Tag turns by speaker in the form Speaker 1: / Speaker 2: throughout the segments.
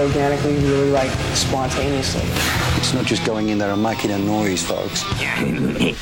Speaker 1: organically, really like spontaneously.
Speaker 2: It's not just going in there and making a noise, folks.
Speaker 3: The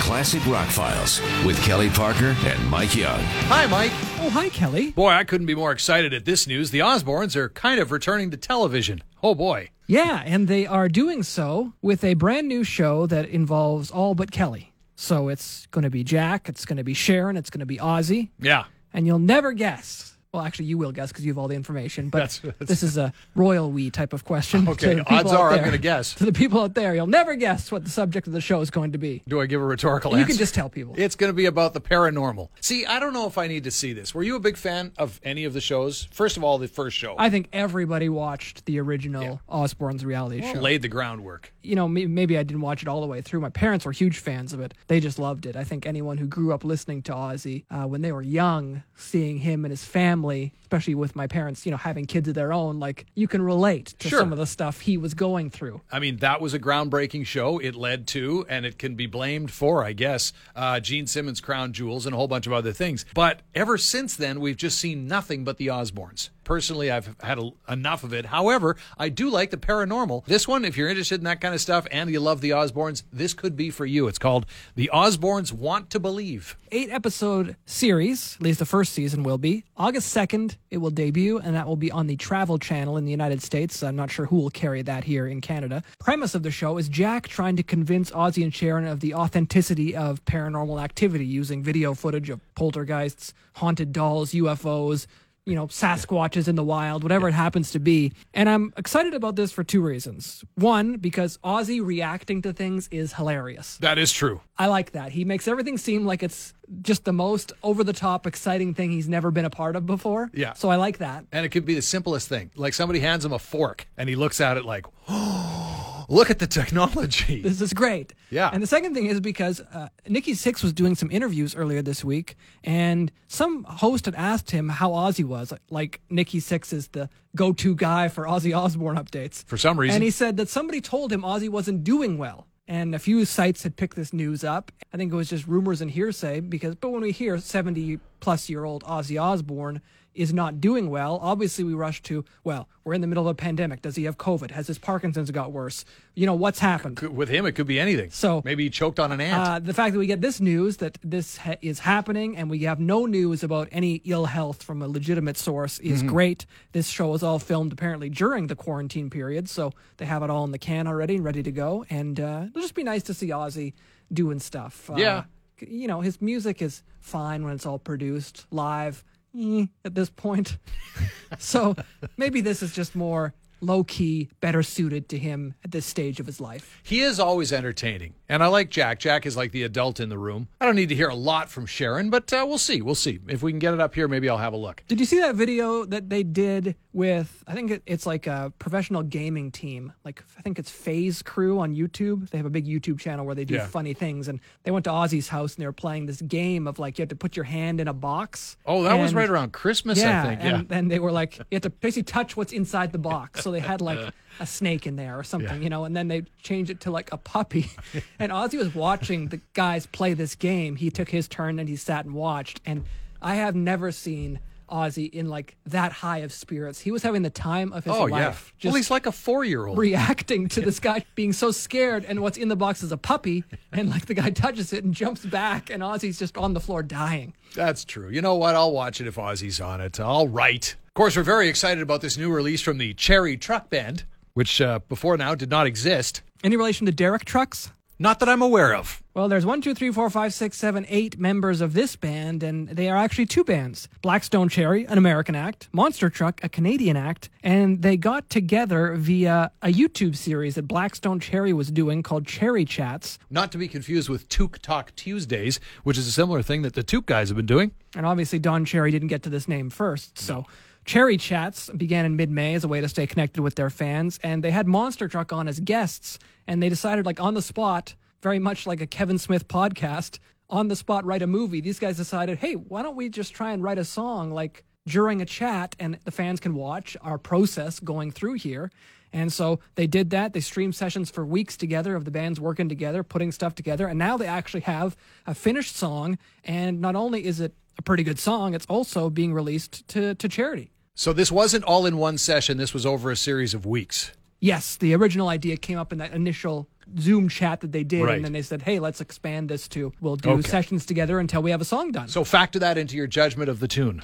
Speaker 3: Classic Rock Files with Kelly Parker and Mike Young.
Speaker 4: Hi, Mike.
Speaker 5: Oh, hi, Kelly.
Speaker 4: Boy, I couldn't be more excited at this news. The Osbournes are kind of returning to television. Oh, boy.
Speaker 5: Yeah, and they are doing so with a brand new show that involves all but Kelly. So it's going to be Jack, it's going to be Sharon, it's going to be Ozzy,
Speaker 4: Yeah.
Speaker 5: and you'll never guess. Well, actually, you will guess because you have all the information, but
Speaker 4: That's- that's-
Speaker 5: this is a royal we type of question. to
Speaker 4: Okay,
Speaker 5: the people
Speaker 4: odds
Speaker 5: out
Speaker 4: are I'm
Speaker 5: there.
Speaker 4: gonna guess.
Speaker 5: To the people out there, you'll never guess what the subject of the show is going to be.
Speaker 4: Do I give a rhetorical
Speaker 5: You
Speaker 4: answer?
Speaker 5: can just tell people.
Speaker 4: It's going to be about the paranormal. See, I don't know if I need to see this. Were you a big fan of any of the shows? First of all, the first show
Speaker 5: I think everybody watched the original Osborne's reality show.
Speaker 4: laid the groundwork.
Speaker 5: you know, may- maybe I didn't watch it all the way through. My parents were huge fans of it. They just loved it. I think anyone who grew up listening to Ozzy uh, when they were young, seeing him and his family, especially with my parents, you know, having kids of their own, like you can relate to
Speaker 4: Sure.
Speaker 5: some of the stuff he was going through.
Speaker 4: I mean, that was a groundbreaking show. It led to, and it can be blamed for, I guess, uh, Gene Simmons' Crown Jewels and a whole bunch of other things. But ever since then, we've just seen nothing but the Osbournes. Personally, I've had a, enough of it. However, I do like the paranormal. This one, if you're interested in that kind of stuff and you love the Osbournes, this could be for you. It's called The Osbournes Want to Believe.
Speaker 5: Eight episode series, at least the first season will be. August 2nd, it will debut, and that will be on the Travel Channel in the United States. I'm not sure who will carry that here in Canada. Premise of the show is Jack trying to convince Ozzy and Sharon of the authenticity of paranormal activity using video footage of poltergeists, haunted dolls, UFOs, you know, Sasquatches in the wild, whatever it happens to be. And I'm excited about this for two reasons. One, because Ozzy reacting to things is hilarious.
Speaker 4: That is true.
Speaker 5: I like that. He makes everything seem like it's just the most over the top, exciting thing he's never been a part of before.
Speaker 4: Yeah.
Speaker 5: So I like that.
Speaker 4: And it could be the simplest thing. Like somebody hands him a fork and he looks at it like, oh, look at the technology.
Speaker 5: This is great.
Speaker 4: Yeah.
Speaker 5: And the second thing is because uh, Nikki Six was doing some interviews earlier this week, and some host had asked him how Ozzy was. Like Nikki Six is the go to guy for Ozzy Osbourne updates.
Speaker 4: For some reason.
Speaker 5: And he said that somebody told him Ozzy wasn't doing well. And a few sites had picked this news up. I think it was just rumors and hearsay because, but when we hear 70 plus year old Ozzy Osbourne is not doing well, obviously we rush to, well, we're in the middle of a pandemic. Does he have COVID? Has his Parkinson's got worse? You know, what's happened?
Speaker 4: With him, it could be anything.
Speaker 5: So-
Speaker 4: maybe he choked on an ant.
Speaker 5: Uh, the fact that we get this news that this ha- is happening and we have no news about any ill health from a legitimate source is great. This show is all filmed apparently during the quarantine period, so they have it all in the can already and ready to go. And uh, it'll just be nice to see Ozzy doing stuff. Uh,
Speaker 4: Yeah.
Speaker 5: c- You know, his music is fine when it's all produced live eh, at this point. so maybe this is just more low key, better suited to him at this stage of his life.
Speaker 4: he is always entertaining. And I like Jack. Jack is like the adult in the room. I don't need to hear a lot from Sharon, but uh, we'll see. We'll see. If we can get it up here, maybe I'll have a look.
Speaker 5: Did you see that video that they did with? I think it- it's like a professional gaming team. Like I think it's Phase Crew on YouTube. They have a big YouTube channel where they do
Speaker 4: Yeah.
Speaker 5: funny things, and they went to Ozzy's house and they were playing this game of like you had to put your hand in a box.
Speaker 4: Oh, that was
Speaker 5: and-
Speaker 4: right around Christmas,
Speaker 5: Yeah,
Speaker 4: I think.
Speaker 5: and
Speaker 4: yeah.
Speaker 5: then they were like, you had to basically touch what's inside the box. So they had like a snake in there or something, you know, and then they changed it to like a puppy. And Ozzy was watching the guys play this game. He took his turn and he sat and watched. And I have never seen Ozzy in like that high of spirits. He was having the time of his
Speaker 4: Oh, yeah.
Speaker 5: life.
Speaker 4: well, he's like a four year old.
Speaker 5: reacting to this guy being so scared and what's in the box is a puppy and like the guy touches it and jumps back and Ozzy's just on the floor dying.
Speaker 4: That's true. You know what? I'll watch it if Ozzy's on it. All right. Of course, we're very excited about this new release from the Cherry Truck Band, which uh, before now did not exist.
Speaker 5: Any relation to Derek Trucks?
Speaker 4: Not that I'm aware of.
Speaker 5: Well, there's one, two, three, four, five, six, seven, eight members of this band, and they are actually two bands Blackstone Cherry, an American act, Monster Truck, a Canadian act, and they got together via a YouTube series that Blackstone Cherry was doing called Cherry Chats.
Speaker 4: Not to be confused with Took Talk Tuesdays, which is a similar thing that the Took guys have been doing.
Speaker 5: And obviously, Don Cherry didn't get to this name first. So, Cherry Chats began in mid May as a way to stay connected with their fans. And they had Monster Truck on as guests. And they decided, like, on the spot, very much like a Kevin Smith podcast, on the spot, write a movie. These guys decided, hey, why don't we just try and write a song, like, during a chat, and the fans can watch our process going through here. And so they did that. They streamed sessions for weeks together of the bands working together, putting stuff together. And now they actually have a finished song. And not only is it a pretty good song, it's also being released to, to charity.
Speaker 4: So this wasn't all in one session. This was over a series of weeks.
Speaker 5: Yes, the original idea came up in that initial Zoom chat that they did,
Speaker 4: Right.
Speaker 5: and then they said, "Hey, let's expand this to we'll do
Speaker 4: Okay.
Speaker 5: sessions together until we have a song done."
Speaker 4: So factor that into your judgment of the tune.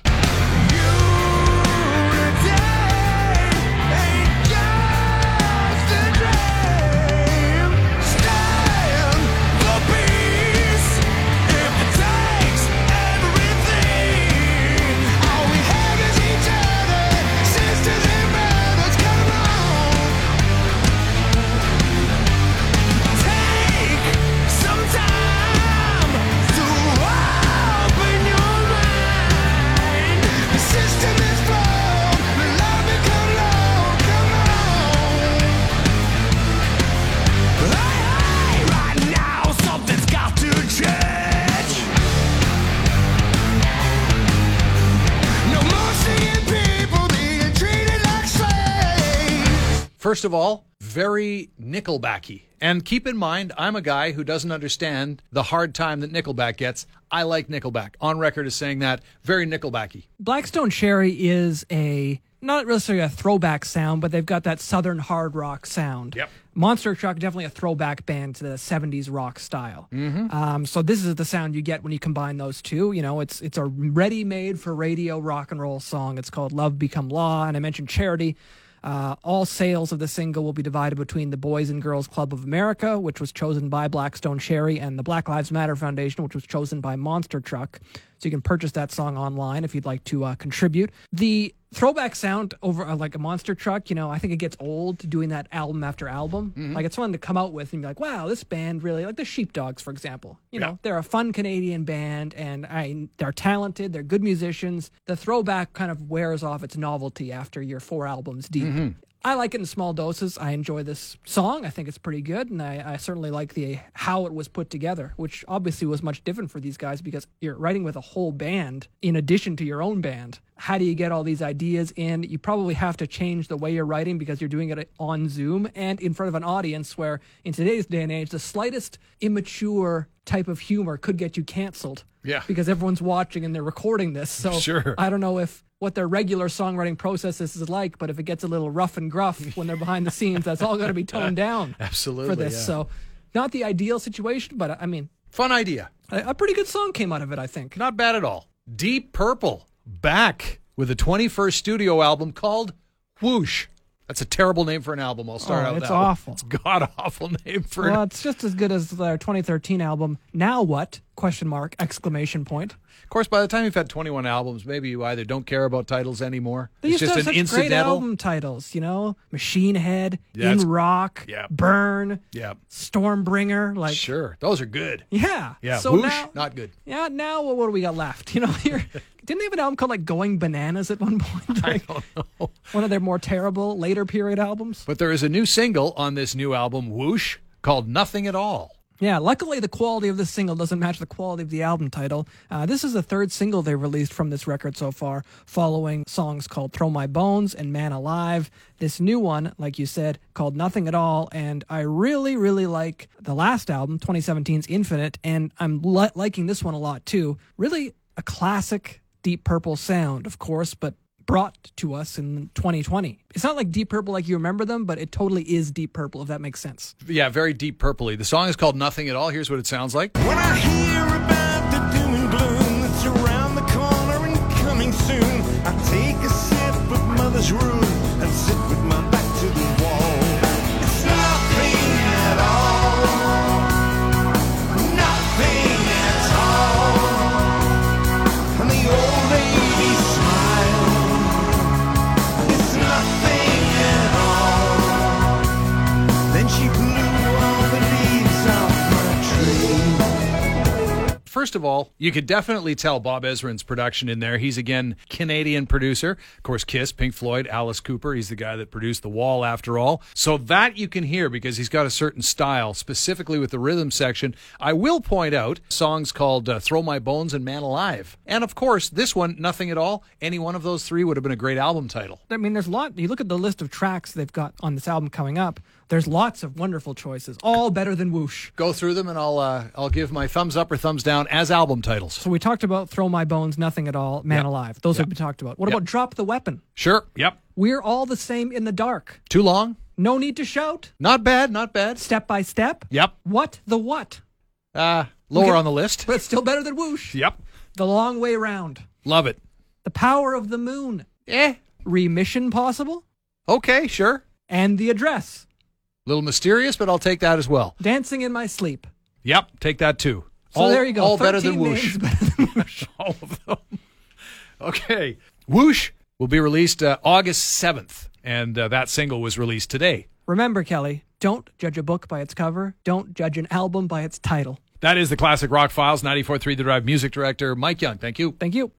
Speaker 6: System is broke, love become low, come on Right now, something's got to change. No more seeing people being treated like slaves.
Speaker 4: First of all, very Nickelbacky. And keep in mind, I'm a guy who doesn't understand the hard time that Nickelback gets. I like Nickelback. On record as saying that, very Nickelbacky.
Speaker 5: Blackstone Cherry is a not necessarily a throwback sound, but they've got that southern hard rock sound.
Speaker 4: Yep.
Speaker 5: Monster Truck definitely a throwback band to the '70s rock style. Um, so this is the sound you get when you combine those two. You know, it's it's a ready-made for radio rock and roll song. It's called "Love Become Law," and I mentioned charity. Uh, all sales of the single will be divided between the Boys and Girls Club of America, which was chosen by Blackstone Cherry, and the Black Lives Matter Foundation, which was chosen by Monster Truck. So you can purchase that song online if you'd like to uh, contribute. The throwback sound over uh, like a Monster Truck, you know, I think it gets old doing that album after album. Like it's fun to come out with and be like, wow, this band really like the Sheepdogs, for example. You know, they're a fun Canadian band, and I they're talented, they're good musicians. The throwback kind of wears off its novelty after your four albums deep. I like it in small doses. I enjoy this song. I think it's pretty good, and I, I certainly like the how it was put together, which obviously was much different for these guys because you're writing with a whole band in addition to your own band. How do you get all these ideas in? You probably have to change the way you're writing because you're doing it on Zoom and in front of an audience where, in today's day and age, the slightest immature type of humor could get you canceled.
Speaker 4: Yeah.
Speaker 5: Because everyone's watching and they're recording this. So
Speaker 4: Sure.
Speaker 5: I don't know if what their regular songwriting process is like, but if it gets a little rough and gruff when they're behind the scenes, that's all going to be toned down.
Speaker 4: Absolutely,
Speaker 5: For this,
Speaker 4: yeah.
Speaker 5: so not the ideal situation, but I mean,
Speaker 4: Fun idea.
Speaker 5: a, a pretty good song came out of it, I think.
Speaker 4: Not bad at all. Deep Purple back with a 21st studio album called Whoosh. That's a terrible name for an album. I'll start
Speaker 5: Oh,
Speaker 4: out with
Speaker 5: it's
Speaker 4: that one.
Speaker 5: awful.
Speaker 4: It's god awful name for an
Speaker 5: Well, it's just as good as their 2013 album. Now what? Question mark! Exclamation point.
Speaker 4: Of course, by the time you've had 21 albums, maybe you either don't care about titles anymore.
Speaker 5: They
Speaker 4: it's
Speaker 5: used to
Speaker 4: just
Speaker 5: have
Speaker 4: an
Speaker 5: such great
Speaker 4: incidental.
Speaker 5: album titles, you know, Machine Head,
Speaker 4: Yeah, it's-
Speaker 5: In Rock,
Speaker 4: yeah.
Speaker 5: Burn,
Speaker 4: Yeah.
Speaker 5: Stormbringer, like
Speaker 4: Sure. Those are good.
Speaker 5: Yeah.
Speaker 4: Yeah,
Speaker 5: So
Speaker 4: whoosh,
Speaker 5: now,
Speaker 4: not good.
Speaker 5: Yeah. Now what, what do we got left? You know, here didn't they have an album called like Going Bananas at one point? Like, One of their more terrible later period albums.
Speaker 4: But there is a new single on this new album, Whoosh, called Nothing at All.
Speaker 5: Yeah. Luckily, the quality of this single doesn't match the quality of the album title. Uh, this is the third single they released from this record so far, following songs called Throw My Bones and Man Alive. This new one, like you said, called Nothing at All. And I really, really like the last album, 2017's Infinite, and I'm li- liking this one a lot too. Really a classic Deep Purple sound, of course, but brought to us in 2020. It's not like Deep Purple like you remember them, but it totally is Deep Purple, if that makes sense.
Speaker 4: Yeah, very deep purpley. The song is called Nothing at All. Here's what it sounds like.
Speaker 6: When I hear about the doom and gloom that's around the corner and coming soon, I take a sip of mother's brew and sit with my back to the wall. It's nothing at all. Nothing at all. And the old lady smiled. It's nothing at all. Then she blew all the leaves off my tree.
Speaker 4: First of all, you could definitely tell Bob Ezrin's production in there. He's again Canadian producer, of course, Kiss, Pink Floyd, Alice Cooper. He's the guy that produced The Wall, after all. So that you can hear because he's got a certain style, specifically with the rhythm section. I will point out songs called uh, "Throw My Bones" and "Man Alive," and of course, this one, "Nothing at All." Any one of those three would have been a great album title.
Speaker 5: I mean, there's a lot. You look at the list of tracks they've got on this album coming up. There's lots of wonderful choices, all better than Whoosh.
Speaker 4: Go through them, and I'll uh, I'll give my thumbs up or thumbs down as album titles.
Speaker 5: So we talked about Throw My Bones, Nothing at All, Man Alive. Those
Speaker 4: Yeah.
Speaker 5: have been talked about. What
Speaker 4: Yeah.
Speaker 5: about Drop the Weapon?
Speaker 4: Sure. Yep.
Speaker 5: We're all the same in the dark.
Speaker 4: Too long.
Speaker 5: No need to shout.
Speaker 4: Not bad. Not bad.
Speaker 5: Step by step.
Speaker 4: Yep.
Speaker 5: What the what?
Speaker 4: Uh, lower on the list.
Speaker 5: But it's still better than whoosh.
Speaker 4: Yep.
Speaker 5: The long way round.
Speaker 4: Love it.
Speaker 5: The power of the moon.
Speaker 4: Eh.
Speaker 5: Remission possible.
Speaker 4: Okay. Sure.
Speaker 5: And the address.
Speaker 4: Little mysterious, but I'll take that as well.
Speaker 5: Dancing in my sleep.
Speaker 4: Yep. Take that too.
Speaker 5: So there you go.
Speaker 4: All better than
Speaker 5: 13
Speaker 4: whoosh.
Speaker 5: names better than whoosh.
Speaker 4: all of them. Okay. Whoosh will be released uh, August 7th, and uh, that single was released today.
Speaker 5: Remember, Kelly, don't judge a book by its cover. Don't judge an album by its title.
Speaker 4: That is the Classic Rock Files, 94.3 The Drive Music Director, Mike Young. Thank you.
Speaker 5: Thank you.